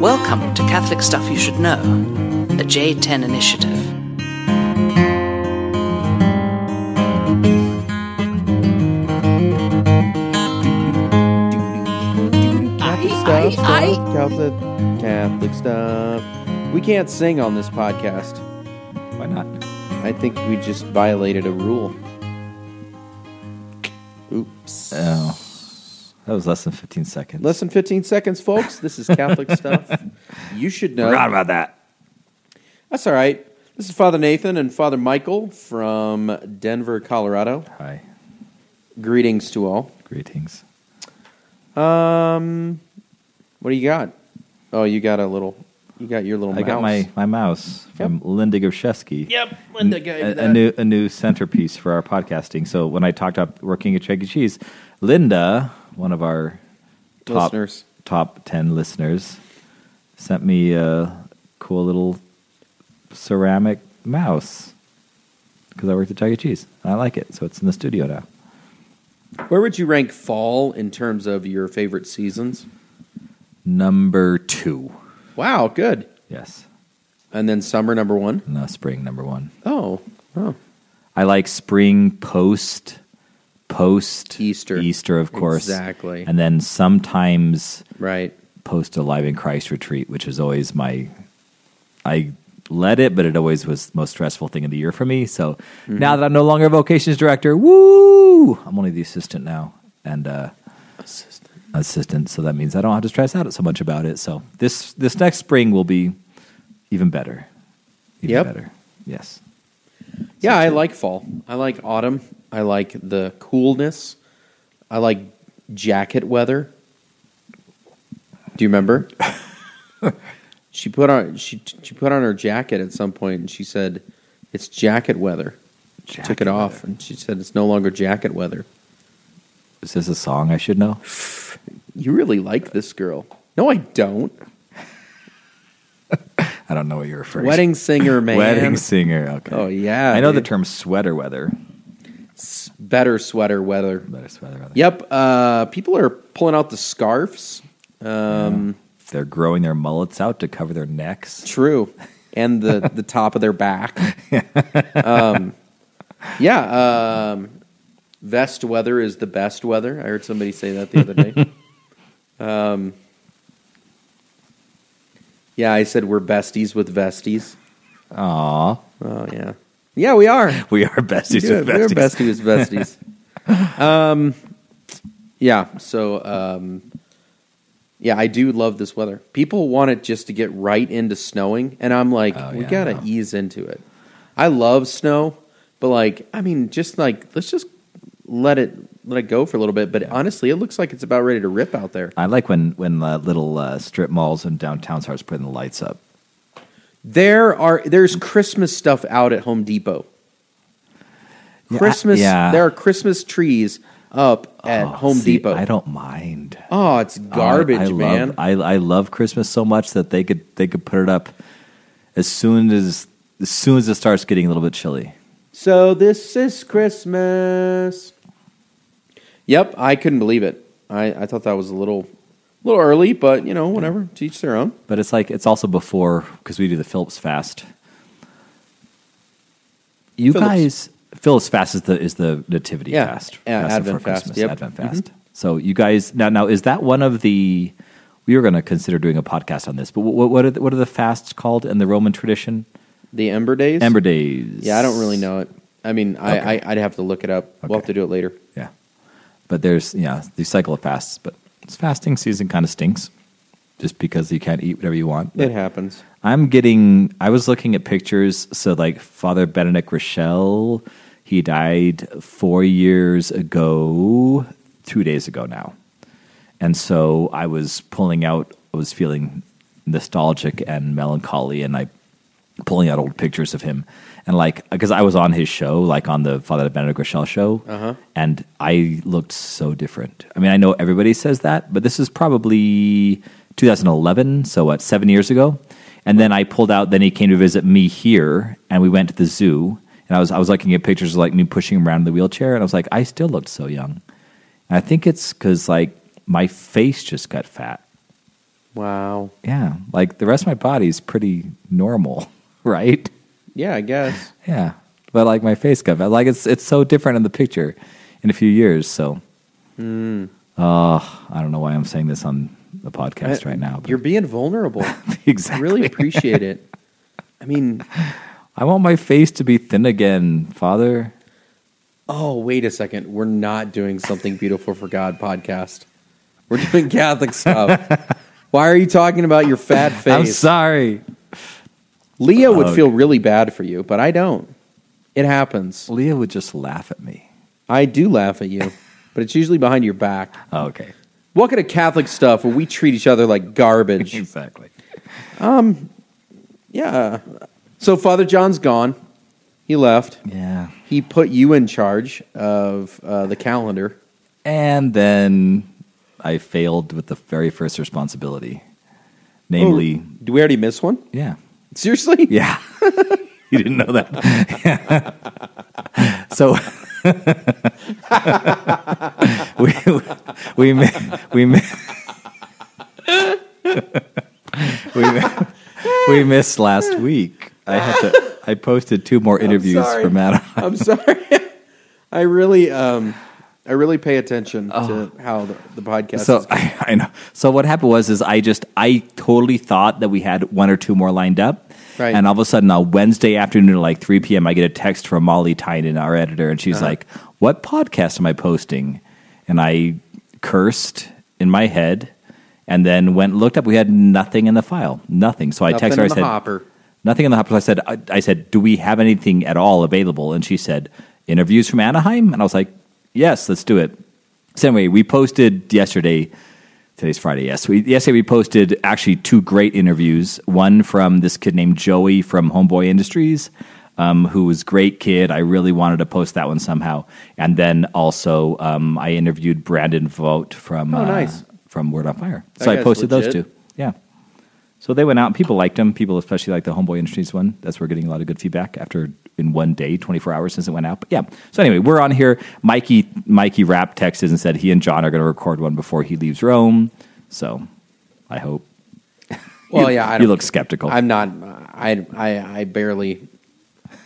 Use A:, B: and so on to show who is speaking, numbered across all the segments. A: Welcome to Catholic Stuff You Should Know, a J10 initiative.
B: Catholic
A: I-
B: stuff,
A: I-
B: stuff, Catholic, Catholic stuff. We can't sing on this podcast.
C: Why not?
B: I think we just violated a rule. Oops.
C: Oh, that was less than 15 seconds.
B: Less than 15 seconds, folks. This is Catholic stuff. You should know.
C: Forgot about that.
B: That's all right. This is Father Nathan and Father Michael from Denver, Colorado.
C: Hi,
B: Greetings to all.
C: greetings.
B: Um, what do you got? Oh, you got a little. You got your little.
C: I got
B: mouse.
C: my, my mouse from Linda Goshevsky.
B: Yep, Linda gave me
C: a, a
B: that.
C: new a new centerpiece for our podcasting. So when I talked about working at Chuck E. Cheese, Linda, one of our top,
B: Listeners.
C: top ten listeners, sent me a cool little ceramic mouse because I worked at Chuck E. Cheese. I like it, so it's in the studio now.
B: Where would you rank fall in terms of your favorite seasons?
C: Number two,
B: Wow, good.
C: yes,
B: And then summer number one.
C: no, spring number one.
B: Oh, oh,
C: I like spring post post
B: Easter.
C: Easter of course.
B: Exactly.
C: And then sometimes
B: right.
C: post Alive in Christ retreat, which is always my I led it, but it always was the most stressful thing of the year for me. So
B: Mm-hmm.
C: now that I'm no longer vocations director, woo I'm only the assistant now. And uh
B: Assistant.
C: assistant, so that means I don't have to stress out so much about it. So this this next spring will be even better. Even
B: Yep.
C: better. Yes.
B: Yeah, I like fall. I like autumn. I like the coolness. I like jacket weather. Do you remember? she put on she she put on her jacket at some point and she said, "It's jacket weather." She took
C: Jacket
B: it off
C: weather.
B: and she said, "It's no longer jacket weather."
C: Is this a song I should know?
B: You really like this girl? No, I don't.
C: I don't know what you're referring to.
B: Wedding singer, man.
C: Wedding singer. Okay.
B: Oh, yeah,
C: I know
B: dude.
C: the term sweater weather.
B: S- better sweater weather.
C: Better sweater weather.
B: Yep. Uh, people are pulling out the scarves. Um,
C: They're growing their mullets out to cover their necks.
B: True, and the the top of their back. um, yeah. Um, vest weather is the best weather. I heard somebody say that the other day. um, yeah, I said we're besties with vesties.
C: Aw.
B: Oh yeah, yeah, we are.
C: We are besties
B: Yeah,
C: with besties.
B: We're besties with besties. um, yeah. So, um, yeah, I do love this weather. People want it just to get right into snowing, and I'm like,
C: Oh,
B: we
C: yeah,
B: gotta
C: no.
B: ease into it. I love snow, but like, I mean, just like let's just let it let it go for a little bit. But honestly, it looks like it's about ready to rip out there.
C: I like when when uh, little uh, strip malls and downtown starts putting the lights up.
B: There are there's Christmas stuff out at Home Depot.
C: Yeah, I-
B: Christmas,
C: yeah.
B: there are Christmas trees up at
C: Oh,
B: Home
C: see,
B: Depot.
C: I don't mind.
B: Oh, it's garbage,
C: I, I
B: man.
C: Love, I I love Christmas so much that they could they could put it up as soon as as soon as it starts getting a little bit chilly.
B: so this is Christmas. Yep, I couldn't believe it. I, I thought that was a little little early, but you know, whatever. To each their own.
C: But it's like it's also before because we do the Phillips Fast. You
B: Phillips.
C: guys, Phillips Fast is the is the Nativity
B: Yeah,
C: Fast,
B: yeah,
C: Fast
B: Advent
C: before
B: Fast,
C: Christmas,
B: yep. Mm-hmm.
C: Advent Fast. So you guys now now is that one of the we were going to consider doing a podcast on this, but what what are the, what are the fasts called in the Roman tradition?
B: The Ember Days.
C: Ember Days.
B: Yeah, I don't really know it. I mean, I,
C: Okay.
B: I I'd have to look it up. We'll have
C: Okay.
B: to do it later.
C: Yeah, but there's yeah the cycle of fasts, but this fasting season kind of stinks, just because you can't eat whatever you want.
B: It happens.
C: I'm getting. I was looking at pictures. So, like Father Benedict Rochelle, he died four years ago, two days ago now. And so I was pulling out. I was feeling nostalgic and melancholy, and I pulling out old pictures of him, and like because I was on his show, like on the Father Benedict Rochelle show, and I looked so different. I mean, I know everybody says that, but this is probably 2011, so what, seven years ago. And then I pulled out. Then he came to visit me here, and we went to the zoo. And I was I was looking at pictures of like me pushing him around in the wheelchair, and I was like, I still looked so young. And I think it's because like my face just got fat.
B: Wow.
C: Yeah, like the rest of my body is pretty normal, right?
B: Yeah, I guess.
C: Yeah, but like my face got like it's it's so different in the picture in a few years. So,
B: Hmm.
C: uh, I don't know why I'm saying this on the podcast
B: I-
C: right now. but-
B: You're being vulnerable. I
C: exactly.
B: really appreciate it. I mean,
C: I want my face to be thin again, Father.
B: oh, wait a second. We're not doing something beautiful for God podcast. We're doing Catholic stuff. Why are you talking about your fat
C: I'm
B: face?
C: sorry.
B: Leah would
C: Oh.
B: feel really bad for you, but I don't. It happens.
C: Leah would just laugh at me.
B: I do laugh at you, but it's usually behind your back.
C: Oh, okay,
B: Welcome to Catholic stuff where we treat each other like garbage.
C: exactly.
B: yeah. So Father John's gone. He left.
C: Yeah,
B: He put you in charge of uh, the calendar.
C: and then I failed with the very first responsibility, namely,
B: Oh, do we already miss one?
C: yeah,
B: Seriously?
C: Yeah. you didn't know that. so we we we ma- we ma- we, ma- we missed last week. I had to I posted two more interviews
B: sorry.
C: for Matt.
B: I'm sorry. I really, um, I really pay attention to how the, the podcast.
C: Oh. So
B: is.
C: I, I know. So what happened was is I just I totally thought that we had one or two more lined up.
B: Right.
C: And all of a sudden on Wednesday afternoon at like 3 p.m. I get a text from Molly Tynan, our editor, and
B: Uh-huh.
C: she's like, What podcast am I posting? And I cursed in my head and then went and looked up. We had nothing in the file. Nothing. So I
B: Nothing
C: texted her,
B: in
C: I
B: the
C: said
B: hopper.
C: Nothing in the hopper. So I said I, I said, Do we have anything at all available? And she said, Interviews from Anaheim? And I was like, Yes, let's do it. So anyway, we posted yesterday. Today's Friday. Yes, we, yesterday we posted actually two great interviews. One from this kid named Joey from Homeboy Industries, um, who was a great kid. I really wanted to post that one somehow. And then also um, I interviewed Brandon Vogt from uh,
B: Oh, nice.
C: from Word on Fire.
B: That
C: so I
B: guy's
C: posted those
B: legit.
C: two. Yeah. So they went out. and People liked them. People especially like the Homeboy Industries one. That's where we're getting a lot of good feedback after in one day, 24 hours since it went out. But yeah. So anyway, we're on here. Mikey Mikey Rap texted and said he and John are going to record one before he leaves Rome. So I hope.
B: well,
C: You-
B: yeah, I
C: you
B: don't-
C: look skeptical.
B: I'm not. I I, I barely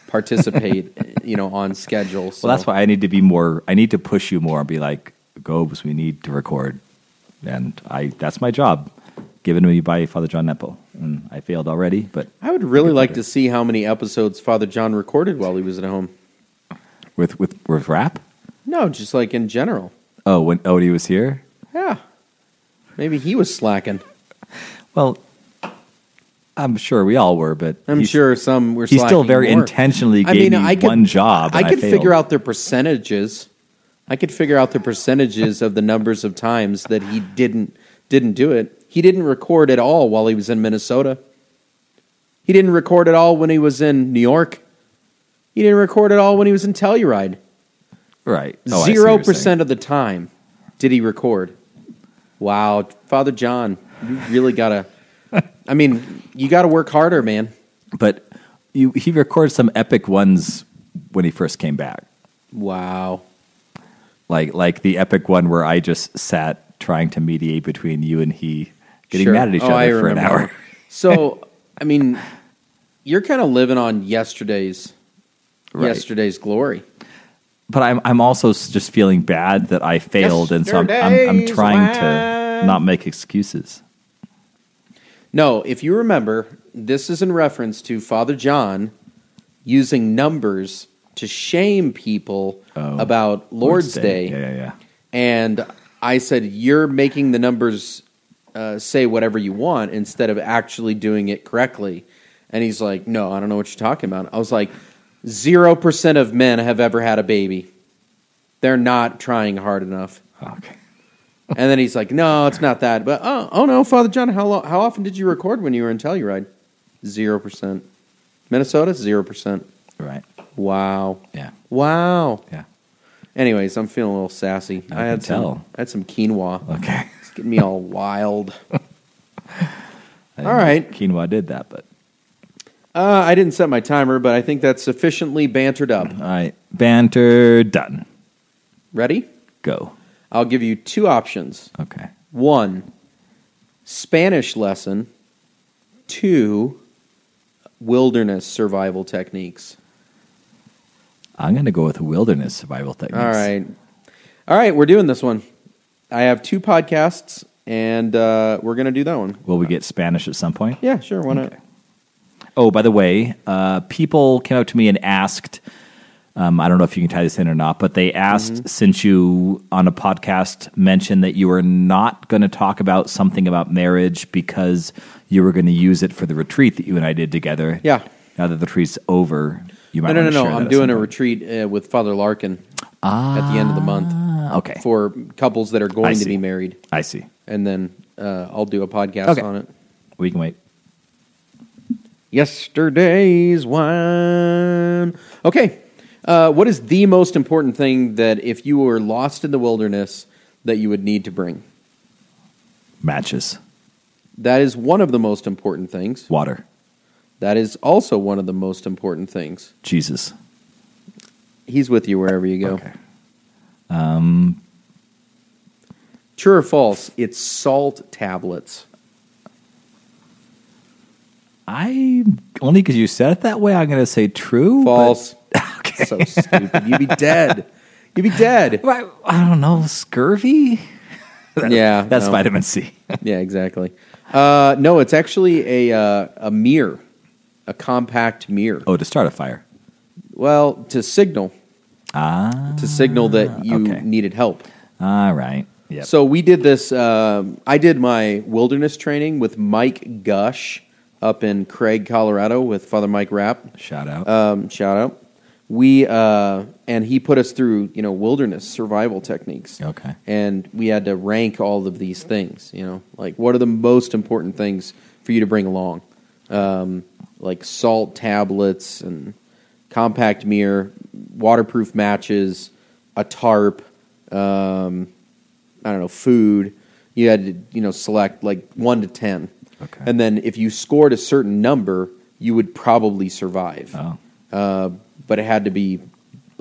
B: participate. you know, on schedule. So.
C: Well, that's why I need to be more. I need to push you more and be like, Gobes, we need to record, and I that's my job, given to me by Father John Nepple, and I failed already, but
B: I would really like to see how many episodes Father John recorded while he was at home.
C: with with with rap.
B: No, just like in general.
C: Oh, when Odie was here.
B: Yeah. Maybe he was slacking.
C: Well, I'm sure we all were, but
B: I'm
C: he's-
B: sure some were.
C: he still
B: slacking
C: very
B: more.
C: intentionally gave me one job
B: I
C: and I
B: could figure
C: failed.
B: out their percentages. I could figure out the percentages of the numbers of times that he didn't didn't do it. He didn't record at all while he was in Minnesota. He didn't record at all when he was in New York. He didn't record at all when he was in Telluride.
C: right Oh, I Oh, see what
B: Zero
C: you're saying.
B: percent of the time did he record. Wow, Father John, you really gotta. I mean, you gotta work harder, man.
C: But you, he recorded some epic ones when he first came back,
B: Wow.
C: like like the epic one where I just sat trying to mediate between you and he, getting
B: Sure.
C: mad at each
B: Oh,
C: other
B: I
C: for an
B: remember.
C: hour.
B: So, I mean, you're kind of living on yesterday's
C: Right.
B: yesterday's glory.
C: But I'm I'm also s- just feeling bad that I failed, and so I'm I'm, I'm
B: Yesterday's
C: trying to
B: wine.
C: not make excuses.
B: No, if you remember, this is in reference to Father John using numbers to shame people
C: Oh.
B: about Lord's Day.
C: yeah, yeah, yeah.
B: And I said, You're making the numbers uh, say whatever you want instead of actually doing it correctly. And he's like, No, I don't know what you're talking about. I was like, 0% of men have ever had a baby. They're not trying hard enough.
C: Oh, Okay.
B: And then he's like, No, it's not that. But oh, oh no, Father John, how, lo- how often did you record when you were in Telluride? 0%. Minnesota? 0%.
C: Right.
B: Wow.
C: Yeah.
B: Wow.
C: Yeah.
B: Anyways, I'm feeling a little sassy.
C: I
B: had
C: can tell.
B: some I had some quinoa.
C: Okay.
B: It's getting me all wild. Uh,
C: I
B: All
C: didn't know
B: right.
C: Quinoa did that, but
B: Uh, I didn't set my timer, but I think that's sufficiently bantered up.
C: all right. Banter done.
B: Ready?
C: Go.
B: I'll give you two options.
C: Okay.
B: One, Spanish lesson two wilderness survival techniques.
C: I'm going to go with wilderness survival techniques.
B: All right. All right, we're doing this one. I have two podcasts, and uh, we're going to do that one.
C: Will we get Spanish at some point?
B: Yeah, sure. Why not?
C: Oh, by the way, uh, people came up to me and asked. Um, I don't know if you can tie this in or not, but they asked
B: Mm-hmm.
C: since you on a podcast mentioned that you were not going to talk about something about marriage because you were going to use it for the retreat that you and I did together.
B: Yeah.
C: Now that the retreat's over, you might
B: No, no, no, no.
C: wanna share that
B: I'm
C: at
B: doing
C: some
B: a
C: point.
B: retreat uh, with Father Larkin at the end of the month
C: Ah, Okay.
B: for couples that are
C: I
B: going to
C: see.
B: be married,
C: I see.
B: and then uh, I'll do a podcast
C: Okay.
B: on it.
C: We can wait.
B: Yesterday's wine. Okay. Uh, what is the most important thing that if you were lost in the wilderness that you would need to bring?
C: Matches,
B: That is one of the most important things.
C: water,
B: That is also one of the most important things.
C: Jesus.
B: He's with you wherever you go.
C: Okay.
B: True or false? It's salt tablets.
C: I only because you said it that way. I'm going to say true. but-
B: False.
C: okay.
B: So stupid. You'd be dead. You'd be dead.
C: Well, I don't know. Scurvy.
B: yeah.
C: That's
B: no.
C: vitamin C.
B: Yeah, exactly. Uh, no, it's actually a uh, a mirror, a compact mirror.
C: Oh, to start a fire.
B: Well, to signal
C: Ah.
B: to signal that you
C: okay.
B: needed help.
C: All right. Yep.
B: So we did this. Um, I did my wilderness training with Mike Gush up in Craig, Colorado, with Father Mike Rapp.
C: shout out.
B: Um, shout out. We uh, and he put us through you know wilderness survival techniques.
C: Okay.
B: And we had to rank all of these things. You know, like what are the most important things for you to bring along? Um, like salt tablets and compact mirror, waterproof matches, a tarp. Um, I don't know food. You had to you know select like one to ten.
C: Okay.
B: And then if you scored a certain number, you would probably survive
C: oh.
B: uh, but it had to be.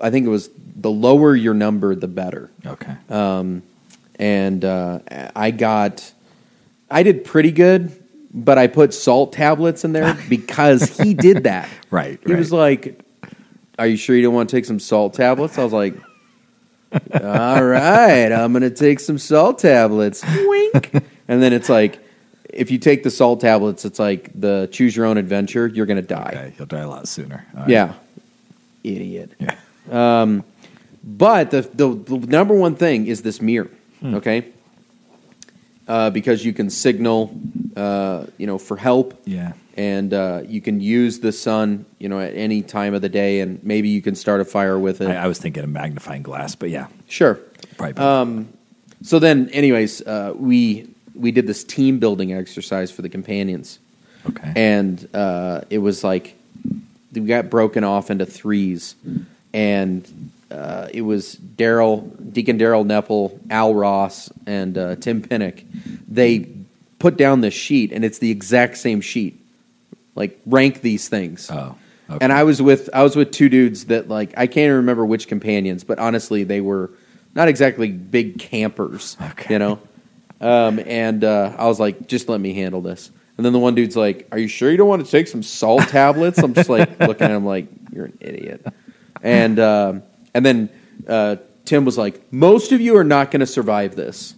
B: I think it was the lower your number, the better.
C: Okay.
B: uh, And uh, I got, I did pretty good, but I put salt tablets in there because he did that.
C: Right,
B: He was
C: right.
B: like, "Are you sure you don't want to take some salt tablets?" I was like. All right, I'm gonna take some salt tablets. Wink. And then it's like, if you take the salt tablets, it's like the choose your own adventure. You're gonna die.
C: okay. He'll die a lot sooner. All right.
B: Yeah, idiot.
C: Yeah.
B: But the, the, the number one thing is this mirror,
C: Hmm.
B: okay? Uh, because you can signal, uh, you know, for help.
C: Yeah.
B: And uh, you can use the sun, you know, at any time of the day, and maybe you can start a fire with it.
C: I, I was thinking a magnifying glass, but yeah.
B: sure.
C: Probably.
B: Um, So then, anyways, uh, we we did this team building exercise for the companions.
C: okay.
B: and uh, it was like we got broken off into threes, and uh, it was Daryl, Deacon Daryl Nepple, Al Ross, and uh, Tim Pinnock. They put down this sheet, and it's the exact same sheet. Like rank these things.
C: Oh, okay.
B: and I was with I was with two dudes that like I can't even remember which companions, but honestly, they were not exactly big campers.
C: Okay.
B: You know, um, and uh, I was like, just let me handle this. And then the one dude's like, Are you sure you don't want to take some salt tablets? I'm just like looking at him like, You're an idiot. And, um and then uh, Tim was like, Most of you are not going to survive this.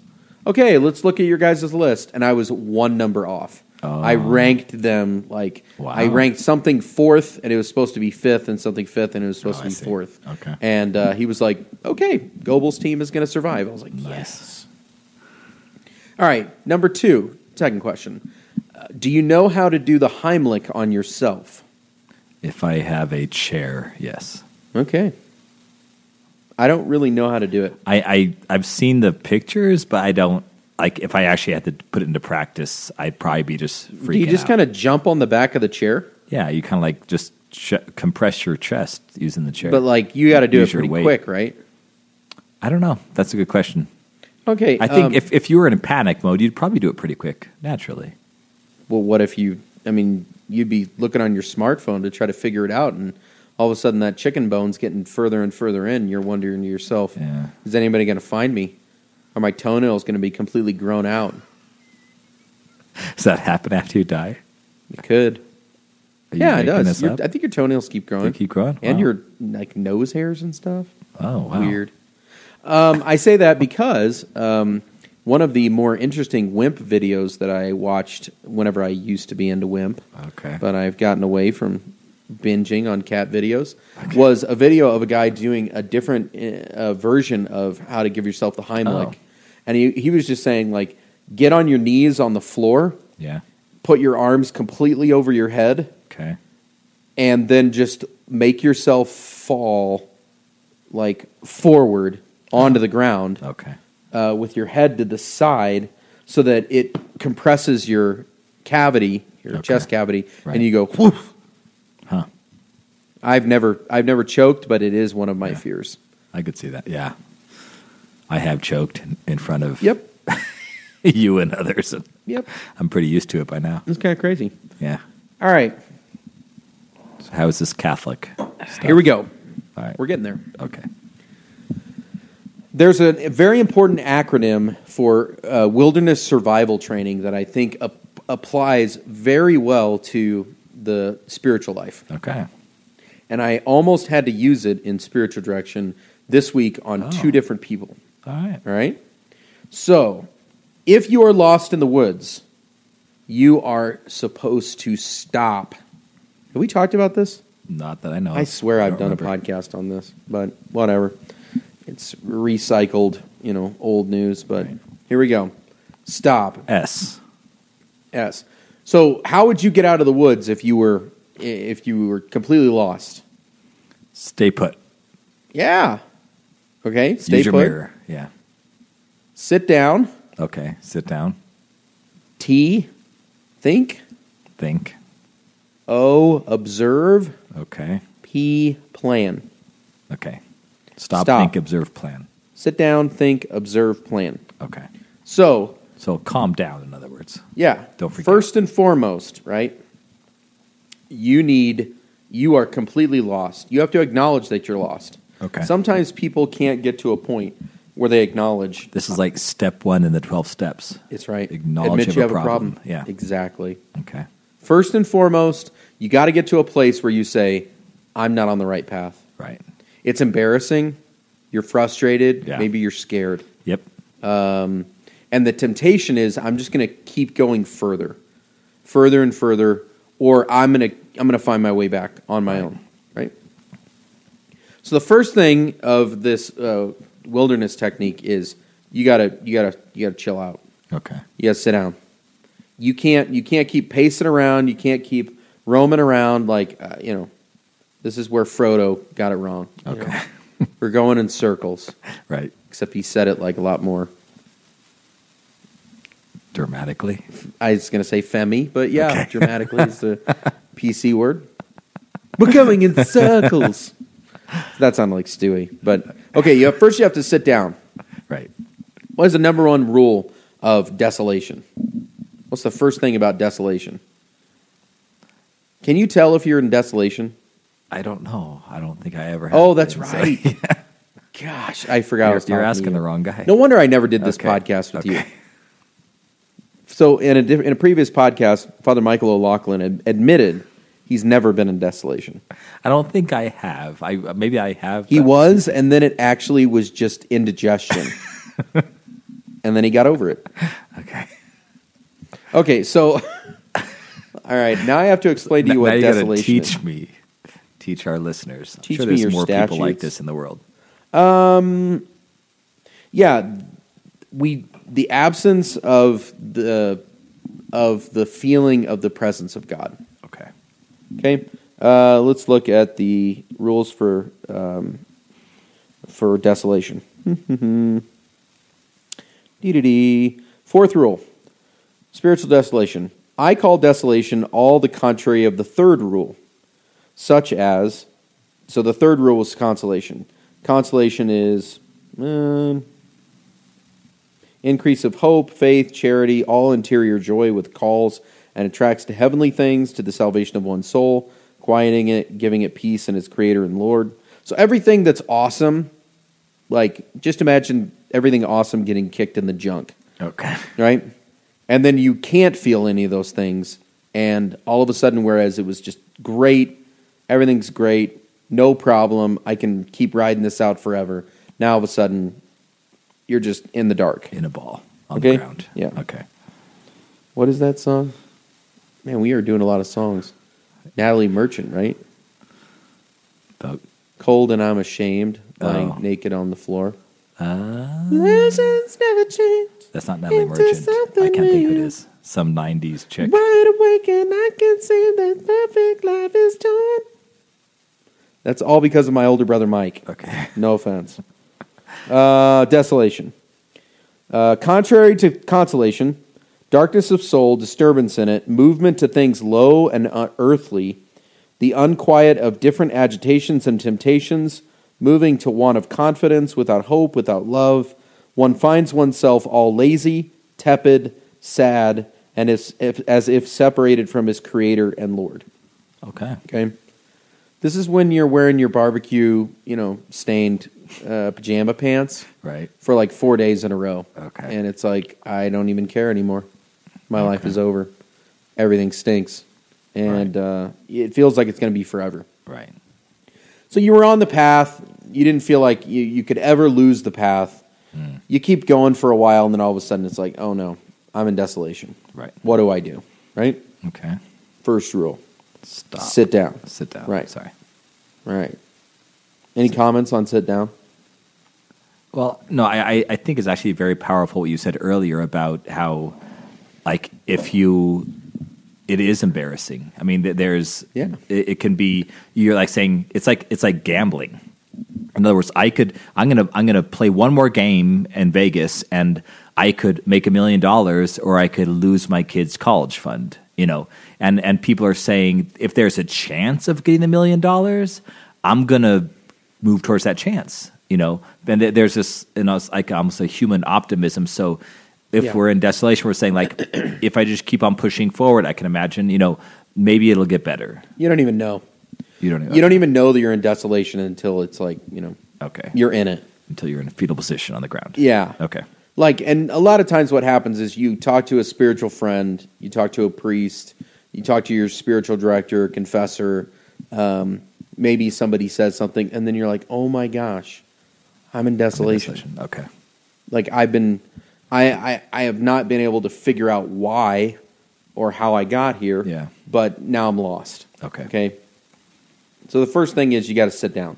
B: Okay, let's look at your guys' list. And I was one number off. I ranked them like, I
C: Oh. Wow.
B: ranked something fourth, and it was supposed to be fifth, and something fifth, and it was supposed
C: Oh,
B: to
C: I
B: be
C: see.
B: fourth.
C: Okay.
B: And uh, he was like, Okay, Goebbels' team is going to survive. I was like,
C: nice.
B: all right, number two, second question. Uh, do you know how to do the Heimlich on yourself?
C: If I have a chair, yes.
B: Okay. I don't really know how to do it.
C: I, I I've seen the pictures, but I don't like if I actually had to put it into practice, I'd probably be just freaking.
B: do you just kind of jump on the back of the chair?
C: yeah? You kind of like just ch- compress your chest using the chair.
B: But like you got to do
C: Use
B: it
C: your
B: pretty
C: weight.
B: quick, right?
C: I don't know. That's a good question.
B: Okay.
C: I think
B: um,
C: if if you were in panic mode, you'd probably do it pretty quick naturally.
B: well, what if you? I mean, you'd be looking on your smartphone to try to figure it out, and all of a sudden that chicken bone's getting further and further in. You're wondering to yourself,
C: Yeah.
B: "Is anybody going to find me? Are my toenails going to be completely grown out?"
C: Does that happen after you die?
B: It could.
C: Are you
B: Yeah, it
C: making
B: does.
C: this
B: Your-
C: up?
B: I think your toenails keep growing.
C: They keep growing?
B: and
C: Wow.
B: your like nose hairs and stuff.
C: Oh, wow.
B: Weird. Um, I say that because um, one of the more interesting wimp videos that I watched whenever I used to be into wimp,
C: Okay.
B: but I've gotten away from binging on cat videos, was a video of a guy doing a different uh, version of how to give yourself the Heimlich,
C: Oh.
B: and he he was just saying like, get on your knees on the floor,
C: yeah.
B: put your arms completely over your head
C: Okay.
B: and then just make yourself fall like forward onto the ground
C: Okay.
B: uh, with your head to the side so that it compresses your cavity, your
C: Okay.
B: chest cavity,
C: Right.
B: and you go whoof.
C: Huh.
B: I've never I've never choked, but it is one of my
C: Yeah.
B: fears.
C: I could see that. Yeah. I have choked in, in front of
B: Yep.
C: you and others. and
B: Yep.
C: I'm pretty used to it by now.
B: It's kind of crazy.
C: Yeah.
B: All right.
C: So how is this Catholic? stuff?
B: Here we go.
C: All right.
B: We're getting there.
C: Okay.
B: There's a very important acronym for uh, wilderness survival training that I think ap- applies very well to the spiritual life.
C: Okay.
B: And I almost had to use it in spiritual direction this week on
C: Oh.
B: two different people.
C: All right.
B: All right? So, if you are lost in the woods, you are supposed to stop. Have we talked about this?
C: Not that Oh, I know.
B: I
C: of.
B: swear I've
C: don't
B: done a
C: remember.
B: podcast on this, but whatever. It's recycled, you know, old news, but
C: Right.
B: here we go. Stop.
C: S.
B: S. So, how would you get out of the woods if you were if you were completely lost?
C: Stay put.
B: Yeah. Okay, stay
C: Use your
B: put.
C: mirror. Yeah.
B: Sit down,
C: Okay. Sit down.
B: tea, think,
C: Think.
B: O, observe,
C: Okay.
B: P, plan.
C: Okay. Stop,
B: Stop.
C: think, observe, plan.
B: Sit down, think, observe, plan.
C: Okay.
B: So,
C: So calm down, in other words.
B: Yeah.
C: Don't forget.
B: First and foremost, right? You need you are completely lost. You have to acknowledge that you're lost.
C: Okay.
B: Sometimes people can't get to a point where they acknowledge
C: This is like step one in the 12 steps.
B: it's right.
C: Acknowledge
B: Admit you have a problem.
C: Yeah.
B: Exactly.
C: Okay.
B: First and foremost, you got to get to a place where you say, "I'm not on the right path."
C: Right.
B: It's embarrassing. You're frustrated.
C: Yeah.
B: Maybe you're scared.
C: Yep.
B: And the temptation is I'm just going to keep going further, further and further, or I'm going to I'm going to find my way back on my own, right? So the first thing of this uh, wilderness technique is you gotta you gotta you gotta chill out.
C: Okay.
B: You gotta sit down. You can't you can't keep pacing around. You can't keep roaming around like uh, you know. This is where Frodo got it wrong. you know?
C: Okay.
B: We're going in circles,
C: Right.
B: except he said it like a lot more.
C: Dramatically.
B: I was going to say Femi, but yeah,
C: Okay.
B: dramatically is the PC word. We're going in circles. that sounded like Stewie. But okay, you have, first you have to sit down.
C: Right.
B: What is the number one rule of desolation? What's the first thing about desolation? Can you tell if you're in desolation?
C: I don't know. I don't think I ever.
B: Oh,
C: have
B: that's
C: been, so-
B: right. Gosh, I forgot. I
C: You're-
B: was talking
C: you're
B: to
C: asking
B: you.
C: the wrong guy.
B: No wonder I never did this
C: Okay.
B: podcast with you.
C: Okay.
B: So in a diff- in a previous podcast, Father Michael O'Loughlin ad- admitted he's never been in desolation.
C: I don't think I have. I uh, maybe I have.
B: He
C: but-
B: was, and then it actually was just indigestion, and then he got over it.
C: Okay.
B: Okay, so all right, now I have to explain to you
C: Now
B: what
C: you gotta
B: desolation is.
C: teach me. Teach our listeners. I'm
B: Teach
C: sure
B: me
C: there's
B: your
C: more people like
B: statutes.
C: this in the world.
B: yeah we the absence of the of the feeling of the presence of god
C: Okay.
B: okay uh, let's look at the rules for um, for desolation Dee-dee-dee. fourth rule spiritual desolation i call desolation all the contrary of the third rule such as so the third rule was consolation consolation is um, increase of hope, faith, charity, all interior joy with calls and attracts to heavenly things, to the salvation of one's soul, quieting it, giving it peace in its creator and Lord. So everything that's awesome, like just imagine everything awesome getting kicked in the junk,
C: Okay.
B: right? And then you can't feel any of those things. And all of a sudden, whereas it was just great, everything's great, no problem, I can keep riding this out forever. Now all of a sudden, you're just in the dark.
C: in a ball on
B: Okay.
C: the ground.
B: Yeah.
C: Okay.
B: What is that song? Man, we are doing a lot of songs. Natalie Merchant, right?
C: About
B: Cold and I'm ashamed, lying
C: Oh.
B: naked on the floor.
C: uh,
B: Illusions never change.
C: that's not Natalie
B: Into
C: Merchant.
B: something
C: I can't think who it
B: real.
C: is. Some '90s chick.
B: Wide awake and I can see that perfect life is torn. That's all because of my older brother Mike.
C: Okay.
B: No offense. Uh, desolation. Uh, contrary to consolation, darkness of soul, disturbance in it, movement to things low and unearthly, the unquiet of different agitations and temptations, moving to want of confidence, without hope, without love, one finds oneself all lazy, tepid, sad, and as if, as if separated from his creator and Lord.
C: Okay.
B: Okay. This is when you're wearing your barbecue, you know, stained uh, pajama pants
C: Right.
B: for like four days in a row.
C: Okay.
B: And it's like, I don't even care anymore. My life is over. Everything stinks. And uh, it feels like it's going to be forever.
C: Right.
B: So you were on the path. You didn't feel like you, you could ever lose the path.
C: Hmm.
B: You keep going for a while, and then all of a sudden it's like, oh no, I'm in desolation.
C: Right.
B: What do I do? Right?
C: Okay.
B: First rule
C: Stop.
B: sit down.
C: Sit down.
B: Right.
C: Sorry.
B: Right. Any comments on sit down?
C: Well, no, I, I- I think it's actually very powerful what you said earlier about how, like, if you, it is embarrassing. I mean, th- there's,
B: Yeah.
C: it, it can be. You're like saying it's like it's like gambling. In other words, I could I'm gonna I'm gonna play one more game in Vegas, and I could make a million dollars, or I could lose my kid's college fund. You know, and and people are saying if there's a chance of getting the million dollars, I'm gonna move towards that chance. You know, then there- there's this you know it's like almost a human optimism. So if
B: Yeah.
C: we're in desolation, we're saying like if I just keep on pushing forward, I can imagine you know maybe it'll get better.
B: You don't even know.
C: You don't.
B: You don't even know that you're in desolation until it's like, you know,
C: Okay.
B: you're in it.
C: until you're in a fetal position on the ground.
B: Yeah.
C: Okay.
B: Like, and a lot of times what happens is you talk to a spiritual friend, you talk to a priest, you talk to your spiritual director, confessor. Um, maybe somebody says something, and then you're like, oh my gosh, I'm in desolation.
C: Okay.
B: Like, I've been, I, I, I have not been able to figure out why or how I got here.
C: Yeah.
B: But now I'm lost.
C: Okay.
B: Okay. So the first thing is you got to sit down.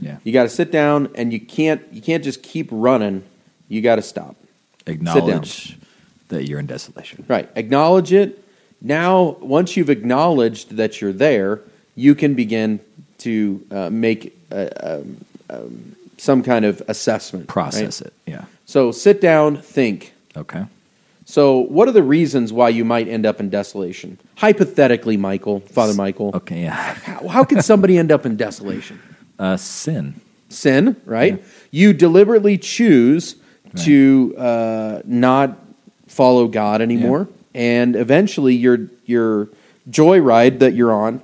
C: Yeah.
B: You got to sit down, and you can't you can't just keep running. You got to stop.
C: Acknowledge that you're in desolation.
B: Right. Acknowledge it. Now, once you've acknowledged that you're there, you can begin to uh, make uh, um, um, some kind of assessment.
C: Process it. Yeah.
B: So sit down, think.
C: Okay.
B: So, what are the reasons why you might end up in desolation? Hypothetically, Michael, Father Michael,
C: Okay. Yeah.
B: how, how could somebody end up in desolation?
C: Uh, sin.
B: sin, right? You deliberately choose to uh, not follow God anymore, and eventually your your joyride that you're on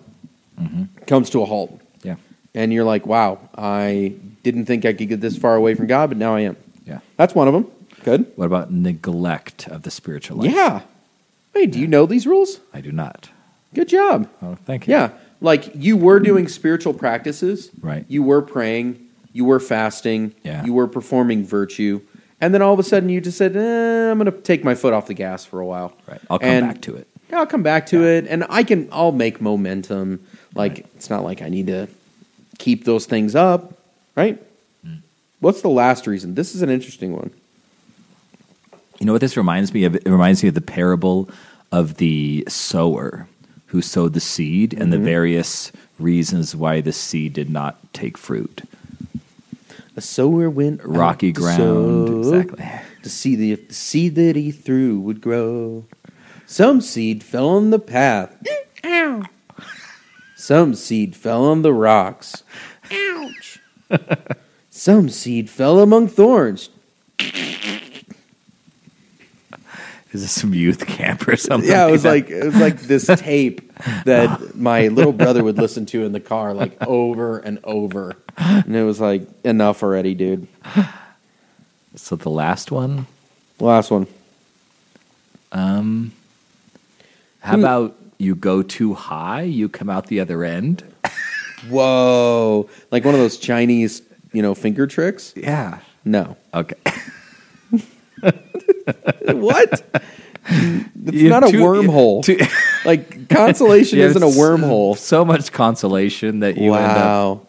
B: comes to a halt,
C: Yeah.
B: and you're like, "Wow, I didn't think I could get this far away from God, but now I am."
C: Yeah.
B: That's one of them. Good.
C: What about neglect of the spiritual life?
B: Yeah. Hey, do you know these rules?
C: I do not.
B: Good job.
C: Oh, thank you.
B: Yeah. Like you were doing spiritual practices.
C: Right.
B: You were praying. You were fasting.
C: Yeah.
B: You were performing virtue. And then all of a sudden you just said, eh, I'm going to take my foot off the gas for a while.
C: Right. I'll come
B: And-
C: back to it.
B: Yeah, I'll come back to it. And I can, I'll make momentum. Like
C: Right.
B: it's not like I need to keep those things up. Right.
C: Mm.
B: What's the last reason? This is an interesting one.
C: You know what this reminds me of? It reminds me of the parable of the sower who sowed the seed and the
B: Mm-hmm.
C: various reasons why the seed did not take fruit.
B: A sower went out
C: Rocky
B: to
C: ground.
B: sow.
C: Exactly.
B: to see the, if the seed that he threw would grow. Some seed fell on the path. Some seed fell on the rocks. Ouch. Some seed fell among thorns.
C: Is this some youth camp or something?
B: Yeah, it was like it was like this tape that my little brother would listen to in the car like over and over. And it was like enough already, dude.
C: So the last one,
B: Last one. Hmm.
C: How about you go too high, you come out the other end?
B: Whoa. Like one of those Chinese, you know, finger tricks?
C: Yeah.
B: No.
C: Okay.
B: what? It's
C: You
B: not a
C: too-
B: wormhole.
C: too-
B: like consolation
C: Yeah,
B: isn't a
C: it's
B: wormhole.
C: So much consolation that you end up
B: Wow.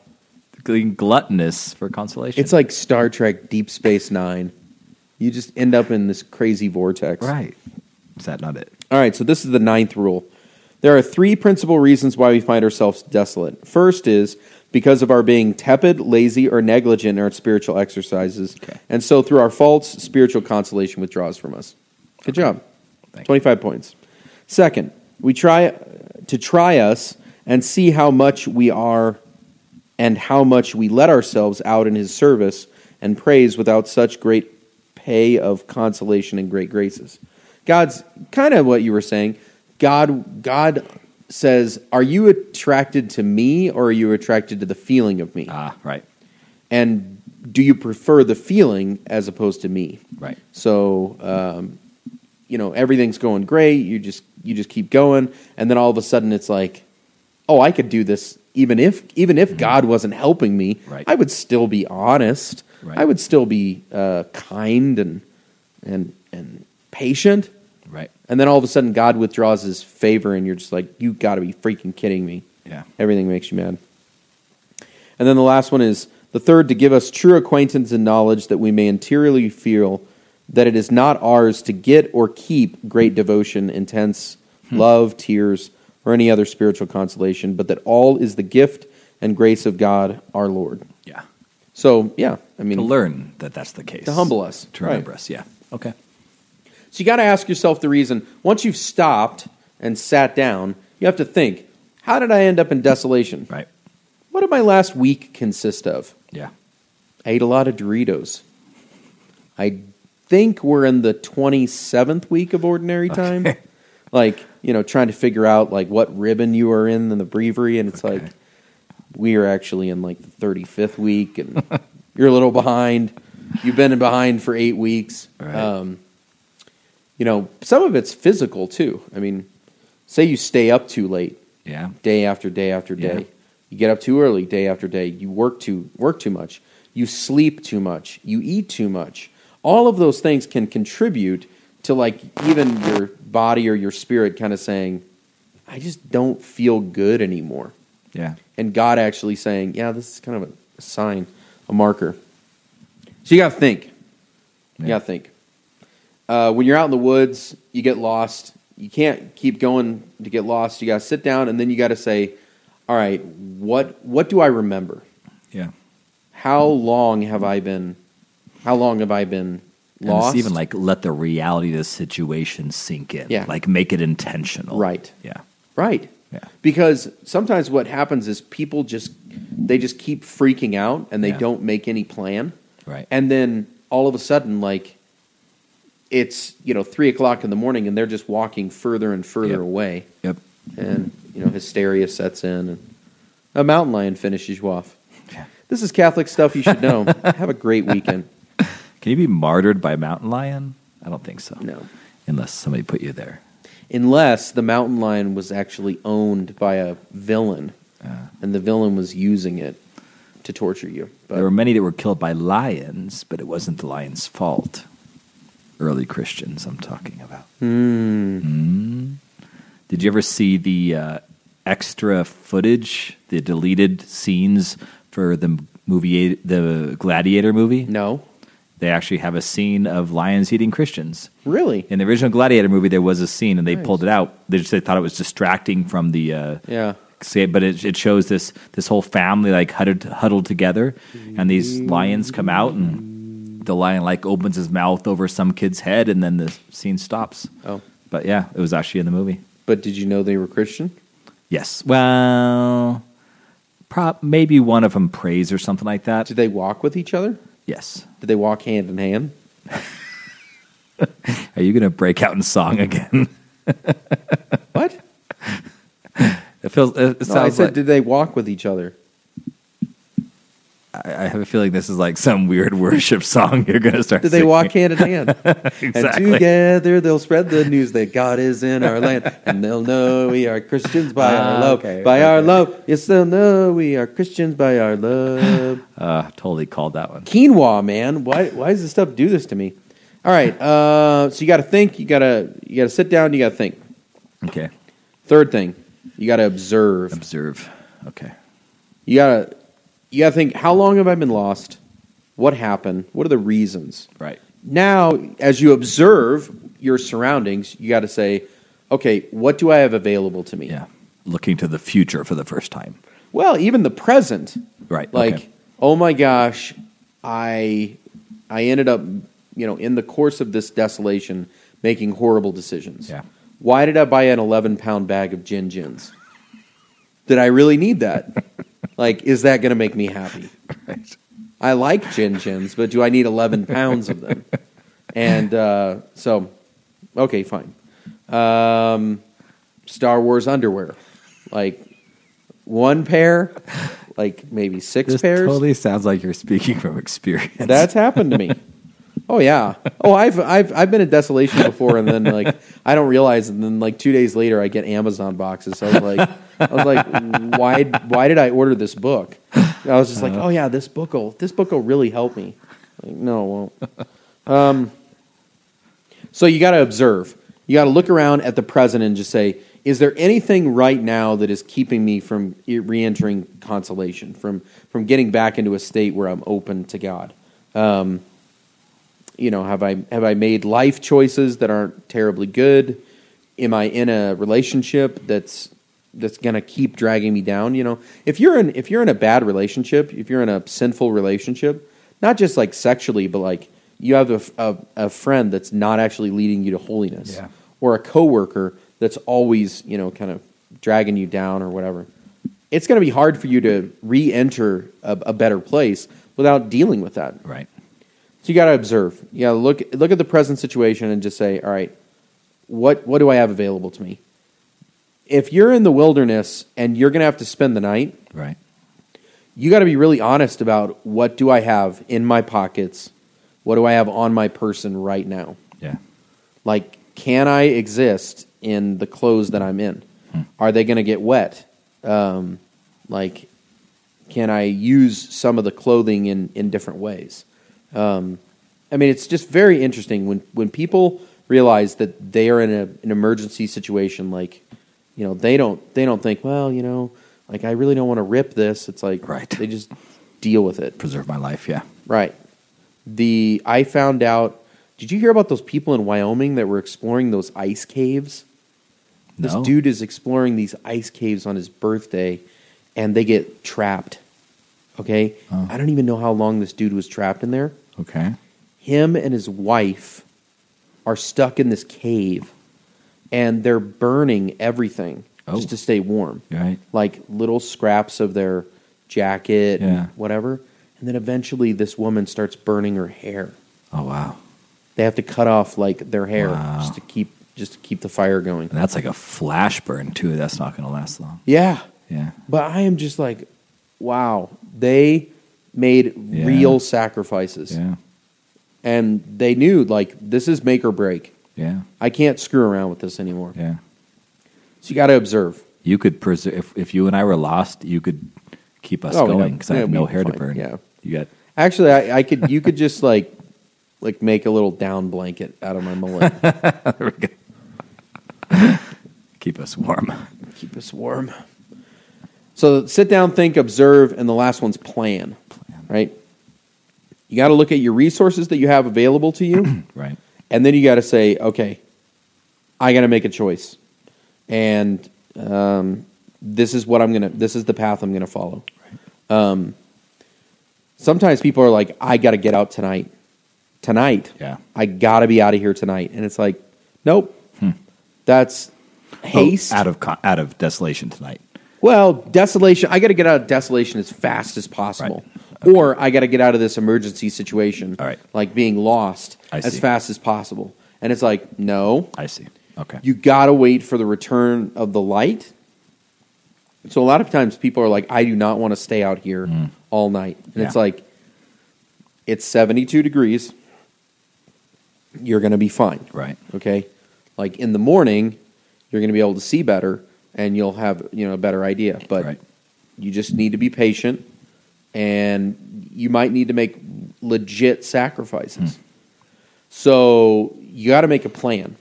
C: being gluttonous for consolation.
B: It's like Star Trek Deep Space 9. You just end up in this crazy vortex.
C: right. Is that not it?
B: All right, so this is the ninth rule. There are three principal reasons why we find ourselves desolate. First is because of our being tepid, lazy, or negligent in our spiritual exercises.
C: Okay.
B: And so through our faults, spiritual consolation withdraws from us. Good job.
C: Thank you.
B: 25 points. Second, we try uh, to try us and see how much we are and how much we let ourselves out in his service and praise without such great pay of consolation and great graces. God's kind of what you were saying. God God says, "Are you attracted to me or are you attracted to the feeling of me?"
C: Ah, right.
B: and do you prefer the feeling as opposed to me?
C: Right.
B: So um, you know everything's going great. You just you just keep going, and then all of a sudden it's like, oh, I could do this even if even if God wasn't helping me.
C: Mm-hmm. Right.
B: I would still be honest.
C: Right.
B: I would still be uh, kind and and and patient.
C: Right.
B: And then all of a sudden God withdraws His favor, and you're just like, you got to be freaking kidding me.
C: Yeah.
B: Everything makes you mad. And then the last one is the third to give us true acquaintance and knowledge that we may interiorly feel that it is not ours to get or keep great devotion, intense love, tears, or any other spiritual consolation, but that all is the gift and grace of God our Lord.
C: Yeah.
B: So, yeah, I mean,
C: To learn that that's the case.
B: To humble us.
C: To remember
B: Right.
C: us. Yeah. Okay.
B: So you got to ask yourself the reason. Once you've stopped and sat down, you have to think, how did I end up in desolation?
C: Right.
B: What did my last week consist of?
C: Yeah.
B: I ate a lot of Doritos. I think we're in the 27th week of ordinary time.
C: Okay.
B: Like, you know, trying to figure out like what ribbon you are in in the breviary and it's
C: Okay.
B: like we are actually in like the 35th week and you're a little behind. You've been behind for 8 weeks.
C: Right.
B: Um you know, some of it's physical too. I mean, say you stay up too late
C: Yeah.
B: day after day after day.
C: Yeah.
B: You get up too early day after day. You work too work too much. You sleep too much. You eat too much. All of those things can contribute to like even your body or your spirit kind of saying, "I just don't feel good anymore."
C: Yeah.
B: and God actually saying, "Yeah, this is kind of a sign, a marker." So you got to think. You
C: Yeah.
B: got to think. Uh, when you're out in the woods, you get lost. You can't keep going to get lost. You got to sit down, and then you got to say, "All right, what what do I remember?
C: Yeah.
B: How long have I been? How long have I been lost?"
C: And it's even like let the reality of the situation sink in.
B: Yeah.
C: Like make it intentional.
B: Right.
C: Yeah.
B: Right.
C: Yeah.
B: Because sometimes what happens is people just they just keep freaking out and they
C: Yeah.
B: don't make any plan.
C: Right.
B: And then all of a sudden, like it's you know three o'clock in the morning and they're just walking further and further
C: Yep.
B: away,
C: Yep.
B: and you know hysteria sets in and a mountain lion finishes you off.
C: Yeah.
B: This is Catholic stuff you should know. Have a great weekend.
C: Can you be martyred by a mountain lion? I don't think so.
B: No.
C: Unless somebody put you there.
B: Unless the mountain lion was actually owned by a villain,
C: Uh.
B: and the villain was using it to torture you. But
C: there were many that were killed by lions, but it wasn't the lion's fault. Early Christians, I'm talking about.
B: Hmm.
C: Mm. Did you ever see the uh, extra footage, the deleted scenes for the movie, the Gladiator movie?
B: no,
C: They actually have a scene of lions eating Christians.
B: really,
C: In the original Gladiator movie, there was a scene, and they
B: Nice.
C: pulled it out. They just they thought it was distracting from the uh,
B: Yeah.
C: See, but it, it shows this this whole family like huddled huddled together, and these lions come out, and the lion like opens his mouth over some kid's head, and then the scene stops.
B: Oh.
C: but yeah, it was actually in the movie.
B: but did you know they were Christian?
C: Yes, well, prop maybe one of them prays or something like that.
B: Did they walk with each other?
C: Yes,
B: Did they walk hand in hand?
C: are you gonna break out in song again?
B: What?
C: it feels. It, it
B: No, I
C: sounds
B: said,
C: like
B: did they walk with each other?
C: I, I have a feeling this is like some weird worship song you're going to start.
B: Did they
C: singing.
B: walk hand in hand?
C: Exactly.
B: And together they'll spread the news that God is in our land, and they'll know we are Christians by our
C: Ah,
B: love.
C: okay,
B: by our love, yes, they'll know we are Christians by our love.
C: Uh, totally called that one.
B: Quinoa, man, why why does this stuff do this to me? All right, uh, so you got to think, you gotta you gotta sit down, you gotta think.
C: Okay.
B: Third thing, you gotta observe.
C: Observe. Okay.
B: You gotta you gotta think. How long have I been lost? What happened? What are the reasons?
C: Right.
B: now as you observe your surroundings you got to say okay what do i have available to me
C: Yeah. Looking to the future for the first time.
B: well even the present
C: Right,
B: like
C: okay.
B: oh my gosh i i ended up you know in the course of this desolation making horrible decisions
C: Yeah.
B: why did i buy an 11 pound bag of gin gins did i really need that like is that going to make me happy
C: Right.
B: I like gin gins, but do I need 11 pounds of them? And uh, so, okay, fine. Um, Star Wars underwear, like one pair, like maybe six
C: This
B: pairs.
C: totally sounds like you're speaking from experience.
B: That's happened to me. Oh yeah. Oh, I've I've I've been in desolation before, and then like I don't realize, and then like two days later, I get Amazon boxes. I was like, I was like, why why did I order this book? And I was just like, oh yeah, this book will this book will really help me. Like, no, it won't. Um, so you got to observe. You got to look around at the present and just say, is there anything right now that is keeping me from e- re-entering consolation, from from getting back into a state where I'm open to God? you know have i have i made life choices that aren't terribly good am i in a relationship that's that's going to keep dragging me down you know if you're in if you're in a bad relationship if you're in a sinful relationship not just like sexually but like you have a, f- a- a friend that's not actually leading you to holiness
C: Yeah.
B: or a coworker that's always you know kind of dragging you down or whatever it's going to be hard for you to re-enter a, a better place without dealing with that
C: right.
B: so you got to observe. You got to look look at the present situation and just say, all right, what what do I have available to me? If you're in the wilderness and you're going to have to spend the night,
C: Right.
B: you got to be really honest about what do I have in my pockets? What do I have on my person right now?
C: Yeah.
B: Like, can I exist in the clothes that I'm in? Are they going to get wet? Um, like, can I use some of the clothing in, in different ways? Um, I mean, it's just very interesting when, when people realize that they are in a, an emergency situation. Like, you know, they don't they don't think, well, you know, like I really don't want to rip this. It's like
C: Right.
B: they just deal with it.
C: Preserve my life. Yeah.
B: Right. The I found out. Did you hear about those people in Wyoming that were exploring those ice caves? This
C: No.
B: dude is exploring these ice caves on his birthday, and they get trapped. Okay,
C: Oh.
B: I don't even know how long this dude was trapped in there.
C: Okay.
B: Him and his wife are stuck in this cave, and they're burning everything
C: Oh.
B: just to stay warm
C: Right.
B: like little scraps of their jacket
C: Yeah.
B: and whatever. And then eventually this woman starts burning her hair.
C: Oh wow.
B: They have to cut off like their hair
C: Wow.
B: just to keep just to keep the fire going.
C: And that's like a flash burn too. That's not going to last long.
B: Yeah.
C: Yeah.
B: But I am just like, wow, they made
C: Yeah.
B: real sacrifices.
C: Yeah.
B: And they knew like this is make or break.
C: Yeah.
B: I can't screw around with this anymore.
C: Yeah.
B: So you got to observe.
C: You could preserve if if you and I were lost, you could keep us
B: Oh, no.
C: going because I
B: Yeah,
C: have no
B: we'd be
C: hair to
B: fine.
C: burn.
B: Yeah.
C: You got
B: Actually, I, I could you could just like like make a little down blanket out of my mullet.
C: There we go. Keep us warm.
B: keep us warm. So sit down, think, observe, and the last one's plan.
C: Plan.
B: Right? You got to look at your resources that you have available to you,
C: Right.
B: and then you got to say, okay, I got to make a choice, and um, this is what I'm gonna. This is the path I'm gonna follow. Um, sometimes people are like, I got to get out tonight. Tonight,
C: Yeah.
B: I got to be out of here tonight, and it's like, nope, that's haste
C: Hmm. Oh, out of con- out of desolation tonight.
B: well, desolation. I got to get out of desolation as fast as possible, or I got to get out of this emergency situation,
C: All right.
B: like being lost,
C: I
B: as
C: see.
B: fast as possible. And it's like, no,
C: I see. Okay.
B: you got to wait for the return of the light. So a lot of times people are like, I do not want to stay out here all night. And it's
C: Mm. Yeah.
B: like, it's 72 degrees. You're going to be fine.
C: Right.
B: Okay. Like in the morning, you're going to be able to see better and you'll have, you know, a better idea. But
C: Right.
B: you just need to be patient and you might need to make legit sacrifices. So you got to make a plan.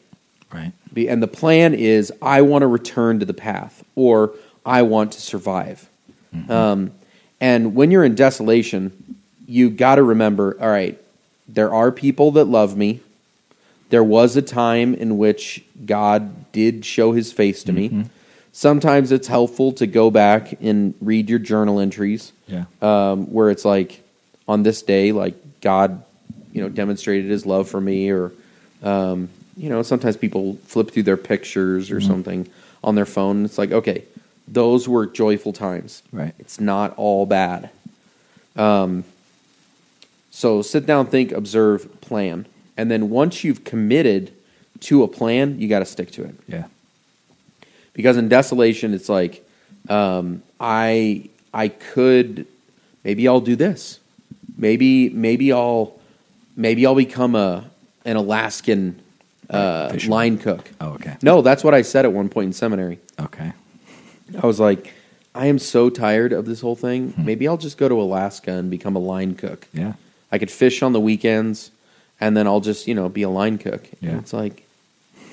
C: Right.
B: Be- And the plan is I want to return to the path or I want to survive. Um, and when you're in desolation, you got to remember all right, there are people that love me. There was a time in which God did show his face to me. Sometimes it's helpful to go back and read your journal entries
C: Yeah.
B: um, where it's like on this day, like God, you know, demonstrated His love for me, or um, you know, sometimes people flip through their pictures or something on their phone. It's like, okay, those were joyful times.
C: Right.
B: It's not all bad. Um, so sit down, think, observe, plan, and then once you've committed to a plan, you got to stick to it
C: Yeah.
B: because in desolation it's like um, i i could maybe i'll do this maybe maybe i'll maybe i'll become a an alaskan uh,
C: fisherman.
B: line cook
C: Oh, okay.
B: no that's what i said at one point in seminary
C: Okay.
B: i was like i am so tired of this whole thing maybe i'll just go to alaska and become a line cook
C: Hmm. Yeah.
B: I could fish on the weekends, and then I'll just you know be a line cook. And
C: Yeah.
B: it's like,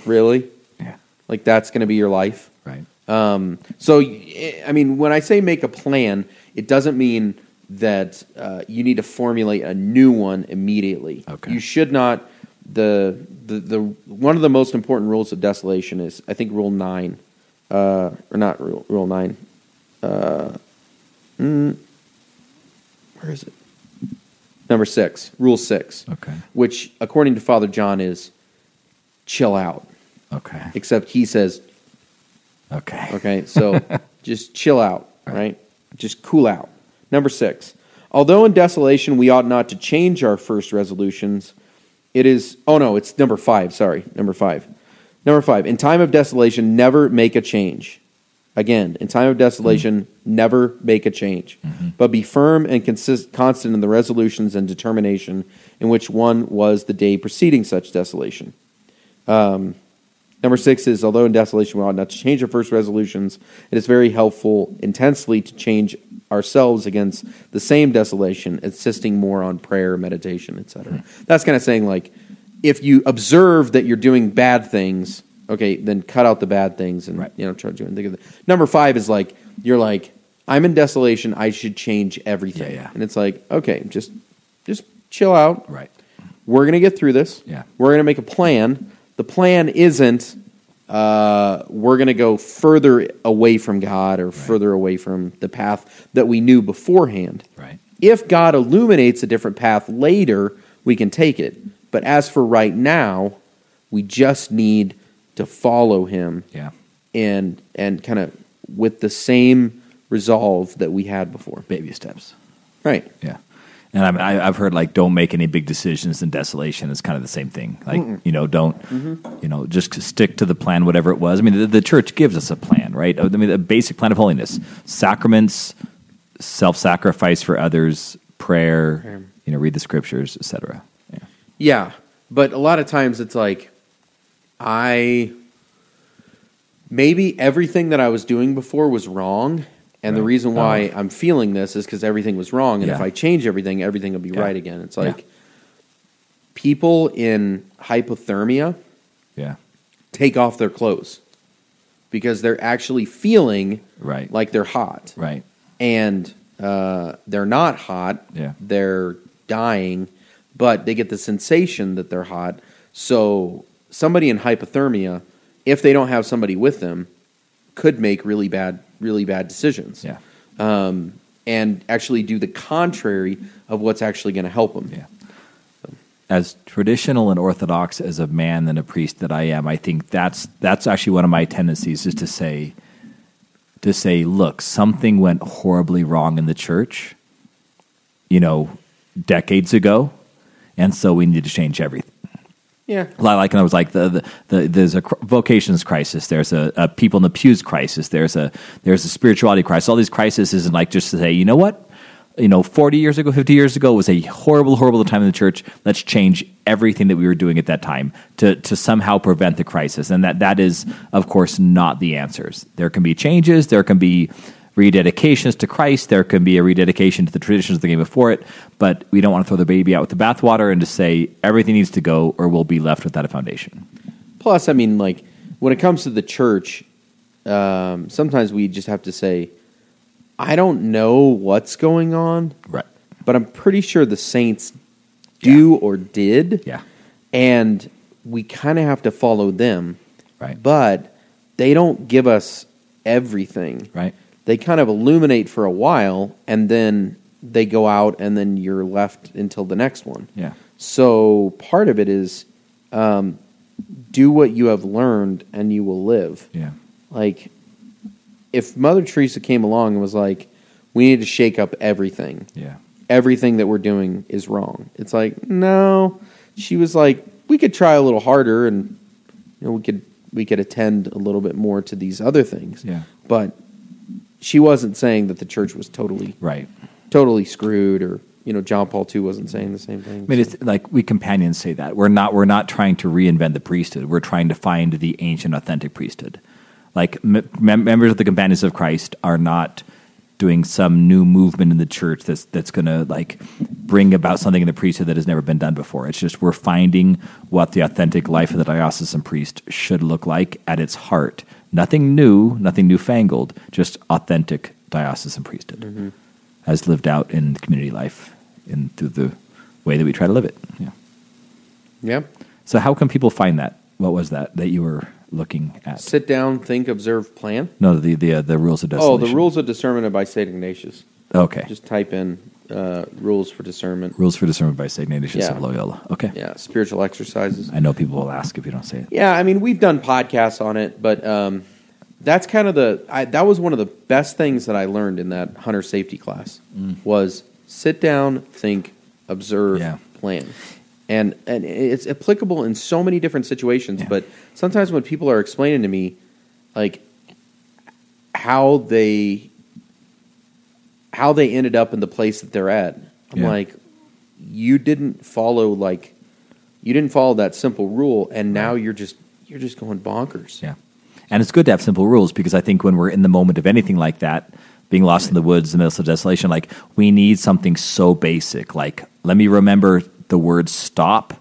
B: really,
C: Yeah.
B: like that's going to be your life.
C: Right.
B: Um, so y- I mean, when I say make a plan, it doesn't mean that uh, you need to formulate a new one immediately.
C: Okay.
B: You should not. The, the the one of the most important rules of desolation is I think rule nine, uh, or not rule rule nine. Uh, mm, where is it? Number six, rule six.
C: Okay.
B: Which, according to Father John, is chill out.
C: Okay.
B: Except he says
C: Okay.
B: Uh, Okay, so just chill out, right? Just cool out. Number six. Although in desolation we ought not to change our first resolutions, it is. Oh no, it's number five. Sorry, number five. Number five. In time of desolation, never make a change. Again, in time of desolation, never make a change, but be firm and consist- constant in the resolutions and determination in which one was the day preceding such desolation. Number six is although in desolation we ought not to change our first resolutions, it is very helpful intensely to change ourselves against the same desolation, insisting more on prayer, meditation, etc. That's kind of saying like if you observe that you're doing bad things, okay, then cut out the bad things and
C: Right.
B: you know try to do and think of the number five is like you're like I'm in desolation, I should change everything,
C: Yeah, yeah.
B: and it's like okay, just just chill out,
C: Right.
B: we're going to get through this.
C: Yeah.
B: We're going to make a plan. The plan isn't uh, we're going to go further away from God or further away from the path that we knew beforehand.
C: Right.
B: If God illuminates a different path later, we can take it. But as for right now, we just need to follow him
C: Yeah.
B: and and kind of with the same resolve that we had before.
C: Baby steps.
B: Right.
C: Yeah. And I mean, I, I've heard like don't make any big decisions in desolation. It's kind of the same thing. Like you know, don't you know, just stick to the plan, whatever it was. I mean, the, the church gives us a plan, right? I mean, a basic plan of holiness: sacraments, self-sacrifice for others, prayer. You know, read the scriptures, etc. Yeah.
B: Yeah, but a lot of times it's like I maybe everything that I was doing before was wrong, and the
C: Right. Oh.
B: reason why I'm feeling this is because everything was wrong, and if
C: Yeah.
B: I change everything, everything will be
C: Yeah.
B: right again. It's
C: Yeah.
B: like people in hypothermia
C: Yeah.
B: take off their clothes because they're actually feeling
C: Right.
B: like they're hot
C: Right.
B: and uh, they're not hot.
C: Yeah.
B: They're dying, but they get the sensation that they're hot. So somebody in hypothermia, if they don't have somebody with them, could make really bad, really bad decisions.
C: Yeah.
B: Um, and actually do the contrary of what's actually going to help them.
C: Yeah. As traditional and orthodox as a man and a priest that I am, I think that's that's actually one of my tendencies is to say to say, look, something went horribly wrong in the church, you know, decades ago, and so we need to change everything.
B: Yeah.
C: Li- like and I was like the, the, the there's a cr- vocations crisis there's a, a people in the pews crisis there's a there's a spirituality crisis all these crises isn't like just to say you know what you know, 40 years ago, 50 years ago was a horrible, horrible time in the church. Let's change everything that we were doing at that time to, to somehow prevent the crisis. And that, that is, of course, not the answers. There can be changes, there can be rededications to Christ, there can be a rededication to the traditions of the game before it, but we don't want to throw the baby out with the bathwater and just say everything needs to go or we'll be left without a foundation.
B: Plus, I mean, like when it comes to the church, um, sometimes we just have to say, I don't know what's going on,
C: Right.
B: but I'm pretty sure the saints do or did.
C: Yeah.
B: And we kind of have to follow them.
C: Right.
B: But they don't give us everything.
C: Right.
B: They kind of illuminate for a while and then they go out and then you're left until the next one.
C: Yeah.
B: So part of it is um, do what you have learned and you will live.
C: Yeah.
B: Like, if Mother Teresa came along and was like, we need to shake up everything,
C: Yeah.
B: everything that we're doing is wrong. It's like, no. She was like, we could try a little harder and you know, we could we could attend a little bit more to these other things.
C: Yeah.
B: But she wasn't saying that the church was totally
C: Right.
B: totally screwed or you know, John Paul II wasn't saying the same thing.
C: I mean, it's like we companions say that we're not we're not trying to reinvent the priesthood. We're trying to find the ancient, authentic priesthood. Like m- mem- members of the Companions of Christ are not doing some new movement in the church that's that's going to like bring about something in the priesthood that has never been done before. It's just we're finding what the authentic life of the diocesan priest should look like at its heart. Nothing new, nothing newfangled, just authentic diocesan priesthood as lived out in community life and through the way that we try to live it. Yeah.
B: yeah.
C: So how can people find that? What was that that you were looking at?
B: Sit down, think, observe, plan.
C: no, the the uh, the rules of
B: Oh,
C: desolation.
B: the rules of discernment are by St. Ignatius.
C: Okay.
B: Just type in uh, rules for discernment.
C: rules for discernment by Saint Ignatius of
B: Yeah.
C: Loyola. Okay.
B: Yeah, spiritual exercises.
C: I know people will ask if you don't say it.
B: Yeah, I mean we've done podcasts on it, but um, that's kind of the I, that was one of the best things that I learned in that hunter safety class was sit down, think, observe,
C: Mm. Yeah.
B: plan, and and it's applicable in so many different situations.
C: Yeah.
B: But sometimes when people are explaining to me, like how they how they ended up in the place that they're at, I'm
C: Yeah.
B: like, you didn't follow like you didn't follow that simple rule and now you're just you're just going bonkers
C: Yeah. And it's good to have simple rules because I think when we're in the moment of anything like that, being lost in the woods, the middle of desolation, like we need something so basic. Like, let me remember the word stop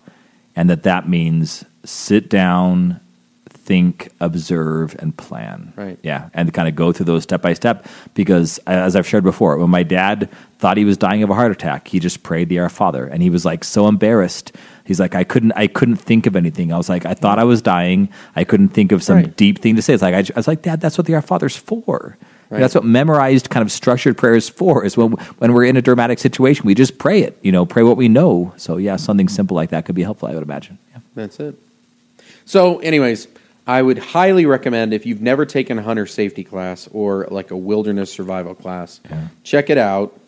C: and that that means sit down, think, observe, and plan.
B: Right.
C: Yeah. And kind of go through those step by step because, as I've shared before, when my dad thought he was dying of a heart attack, he just prayed the Our Father and he was like so embarrassed. He's like, I couldn't, I couldn't think of anything. I was like, I thought I was dying. I couldn't think of some
B: Right.
C: deep thing to say. It's like I, j- I was like, Dad, that's what the Our Father's for.
B: Right.
C: That's what memorized kind of structured prayer is for. Is when when we're in a dramatic situation, we just pray it. You know, pray what we know. So yeah, something simple like that could be helpful. I would imagine. Yeah.
B: that's it so anyways i would highly recommend if you've never taken a hunter safety class or like a wilderness survival class
C: Yeah.
B: check it out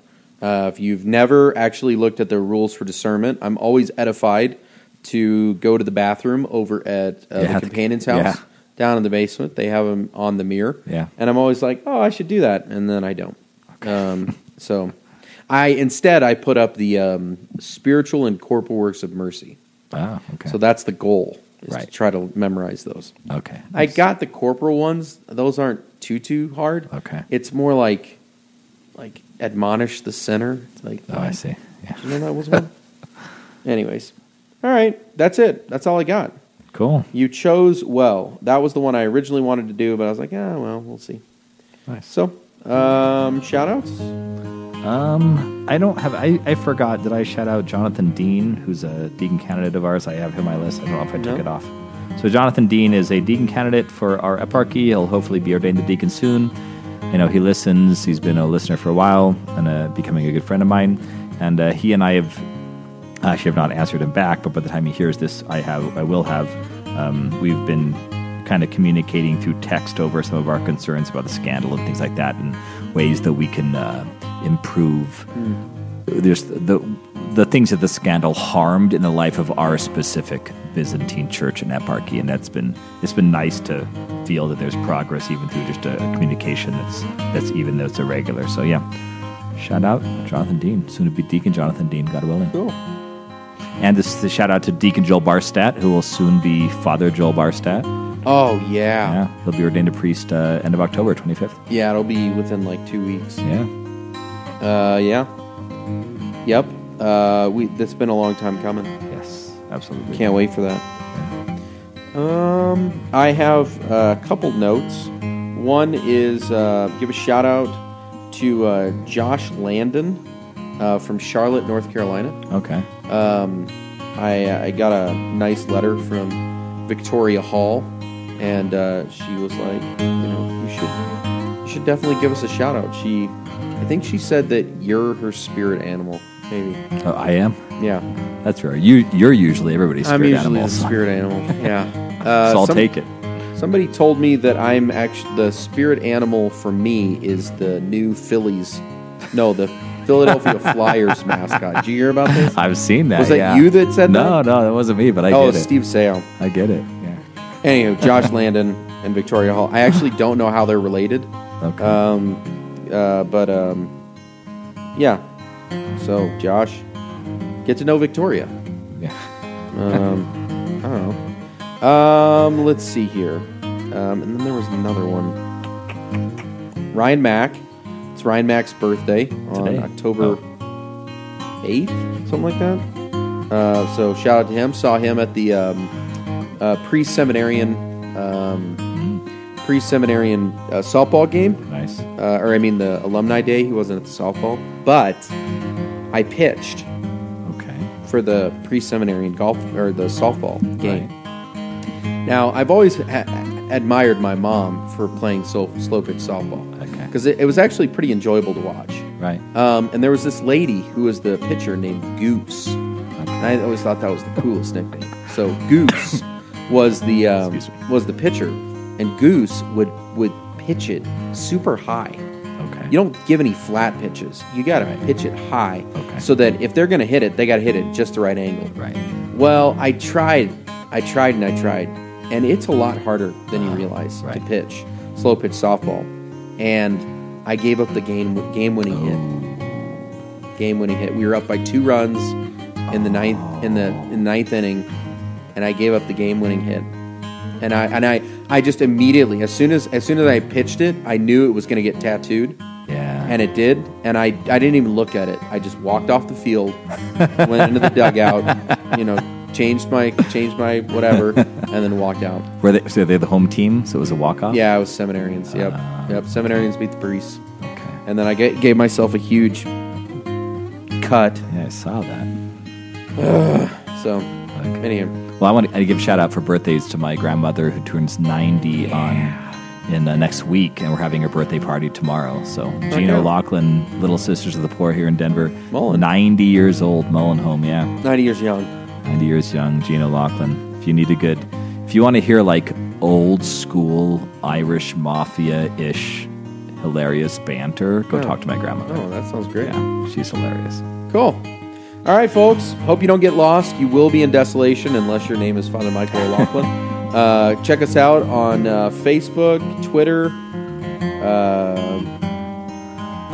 B: uh, if you've never actually looked at the rules for discernment i'm always edified to go to the bathroom over at uh,
C: Yeah,
B: the
C: the-
B: companion's
C: yeah.
B: house down in the basement they have them on the mirror
C: Yeah.
B: and i'm always like oh i should do that and then i don't Um, so, I instead I put up the um, spiritual and corporal works of mercy.
C: Ah, okay.
B: So that's the goal is
C: Right.
B: to try to memorize those.
C: okay.
B: I got the corporal ones; those aren't too too hard.
C: Okay.
B: it's more like like admonish the sinner. Like
C: Oh, I see. Yeah.
B: You know that was one. Anyways, all right, that's it. That's all I got.
C: Cool.
B: You chose well. That was the one I originally wanted to do, but I was like, ah, well, we'll see.
C: Nice.
B: So, um, shout outs.
C: Um, I don't have. I, I forgot. Did I shout out Jonathan Dean, who's a deacon candidate of ours? I have him on my list. I don't know if I took
B: No.
C: it off. So Jonathan Dean is a deacon candidate for our eparchy. He'll hopefully be ordained a deacon soon. You know, he listens. He's been a listener for a while and uh, becoming a good friend of mine. And uh, he and I have I actually have not answered him back, but by the time he hears this, I have, I will have. Um, we've been kind of communicating through text over some of our concerns about the scandal and things like that, and ways that we can uh, improve. There's the the things that the scandal harmed in the life of our specific Byzantine church and eparchy, and that's been it's been nice to feel that there's progress even through just a, communication that's that's even though it's irregular. So yeah, Shout out Jonathan Dean, soon to be Deacon Jonathan Dean, God willing.
B: Cool.
C: And this is a shout out to Deacon Joel Barstat, who will soon be Father Joel Barstat.
B: Oh yeah.
C: Yeah, he'll be ordained a priest uh, end of October 25th.
B: yeah, It'll be within like two weeks.
C: Yeah.
B: Uh, yeah. Yep. Uh, we. That's been a long time coming.
C: Yes, absolutely.
B: Can't wait for that. Um, I have a couple notes. One is uh, give a shout out to uh, Josh Landon uh, from Charlotte, North Carolina.
C: Okay.
B: Um, I, I got a nice letter from Victoria Hall, and uh, she was like, you know, you should, you should definitely give us a shout out. She, I think she said that you're her spirit animal, maybe.
C: Oh, I am.
B: Yeah.
C: That's rare. You, you're usually everybody's spirit
B: I'm usually
C: animal.
B: the
C: so-
B: spirit animal. Yeah. Uh,
C: so I'll
B: some-
C: take it.
B: Somebody told me that I'm actually the spirit animal for me is the new Phillies, no, the Philadelphia Flyers mascot. Did you hear about this?
C: I've seen that.
B: Was that
C: yeah.
B: you that said
C: No,
B: that?
C: no, that wasn't me, but I
B: oh,
C: get
B: it's
C: it.
B: Steve Sale.
C: I get it. Yeah.
B: Anywho, Josh Landon and Victoria Hall. I actually don't know how they're related,
C: Okay.
B: uh, but um, yeah. So Josh, get to know Victoria.
C: yeah.
B: I don't know. Um, let's see here. Um, and then there was another one. Ryan Mack. It's Ryan Mack's birthday on
C: Today?
B: October eighth, something like that. Uh, so shout out to him. Saw him at the um, uh, pre-seminarian um, pre-seminarian uh, softball game
C: Nice.
B: uh, or I mean the alumni day. He wasn't at the softball, but I pitched
C: Okay.
B: for the pre-seminary and golf or the softball game. Now I've always ha- admired my mom for playing so- slow pitch softball
C: Okay.
B: because it, it was actually pretty enjoyable to watch.
C: Right.
B: Um, and there was this lady who was the pitcher named Goose, and I always thought that was the coolest nickname. So Goose was the um,
C: Excuse me.
B: was the pitcher, and Goose would would pitch it super high.
C: Okay.
B: You don't give any flat pitches. You got to pitch it high
C: Okay.
B: so that if they're going to hit it, they got to hit it just the right angle.
C: Right.
B: Well, I tried, I tried, and I tried, and it's a lot harder than you realize to
C: right.
B: pitch slow pitch softball. And I gave up the game game winning hit. Game winning hit. We were up by two runs in the ninth in the in ninth inning, and I gave up the game winning hit. And I and I I just immediately as soon as as soon as I pitched it, I knew it was going to get tattooed
C: Yeah.
B: and it did. And I, I didn't even look at it. I just walked off the field, went into the dugout, you know, changed my changed my whatever, and then walked out.
C: Were they, so they're the home team, so it was a walk off?
B: Yeah, I was seminarians. Yep, yep. Seminarians beat the priests,
C: Okay.
B: and then I ga- gave myself a huge cut.
C: Yeah, I saw that.
B: So,
C: Okay.
B: anyhow,
C: Well, I want to give a shout out for birthdays to my grandmother who turns 90 on in uh, next week, and we're having her birthday party tomorrow. So, Gina
B: yeah.
C: Lachlan, Little Sisters of the Poor here in Denver,
B: Mullen.
C: 90 years old, Mullenhome, yeah.
B: ninety years young.
C: 90 years young, Gina Lachlan. If you need a good, if you want to hear like old school Irish mafia ish hilarious banter, go talk to my grandmother.
B: Oh, that sounds great.
C: Yeah, she's hilarious.
B: Cool. All right, folks. Hope you don't get lost. You will be in desolation unless your name is Father Michael O'Loughlin. uh, check us out on uh, Facebook, Twitter. Uh,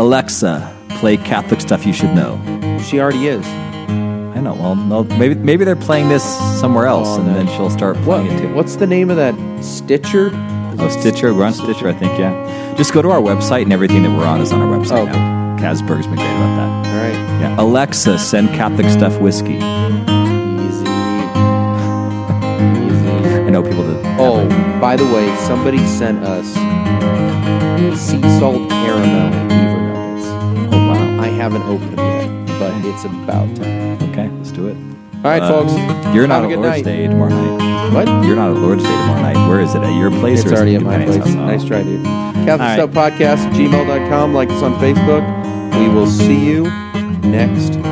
C: Alexa, play Catholic stuff you should know.
B: she already is.
C: I know. Well, no, maybe maybe they're playing this somewhere else,
B: Oh,
C: and
B: no.
C: then she'll start
B: What?
C: playing it too.
B: What's the name of that Stitcher? Is
C: Oh,
B: it
C: Stitcher, we're on Stitcher, I think. Yeah, just go to our website, and everything that we're on is on our website
B: Oh, okay.
C: now. Casberg's been great about that.
B: All right.
C: Yeah, Alexa, send Catholic stuff whiskey.
B: Easy. Easy.
C: I know people that.
B: Oh, by the way, somebody sent us sea salt caramel beaver nuggets.
C: Oh wow.
B: I haven't opened them yet, but it's about time.
C: Okay, let's do it.
B: All right,
C: Uh,
B: folks.
C: You're
B: have
C: not
B: a
C: at
B: good
C: Lord's
B: night.
C: Day tomorrow night.
B: What?
C: You're not at Lord's Day tomorrow night. Where is it? At your place?
B: It's
C: or is
B: already
C: it
B: at my
C: Penny's
B: place.
C: house? Oh.
B: Nice try, dude. Catholic
C: right.
B: Stuff Podcast, gmail.com. Like us on Facebook. We will see you next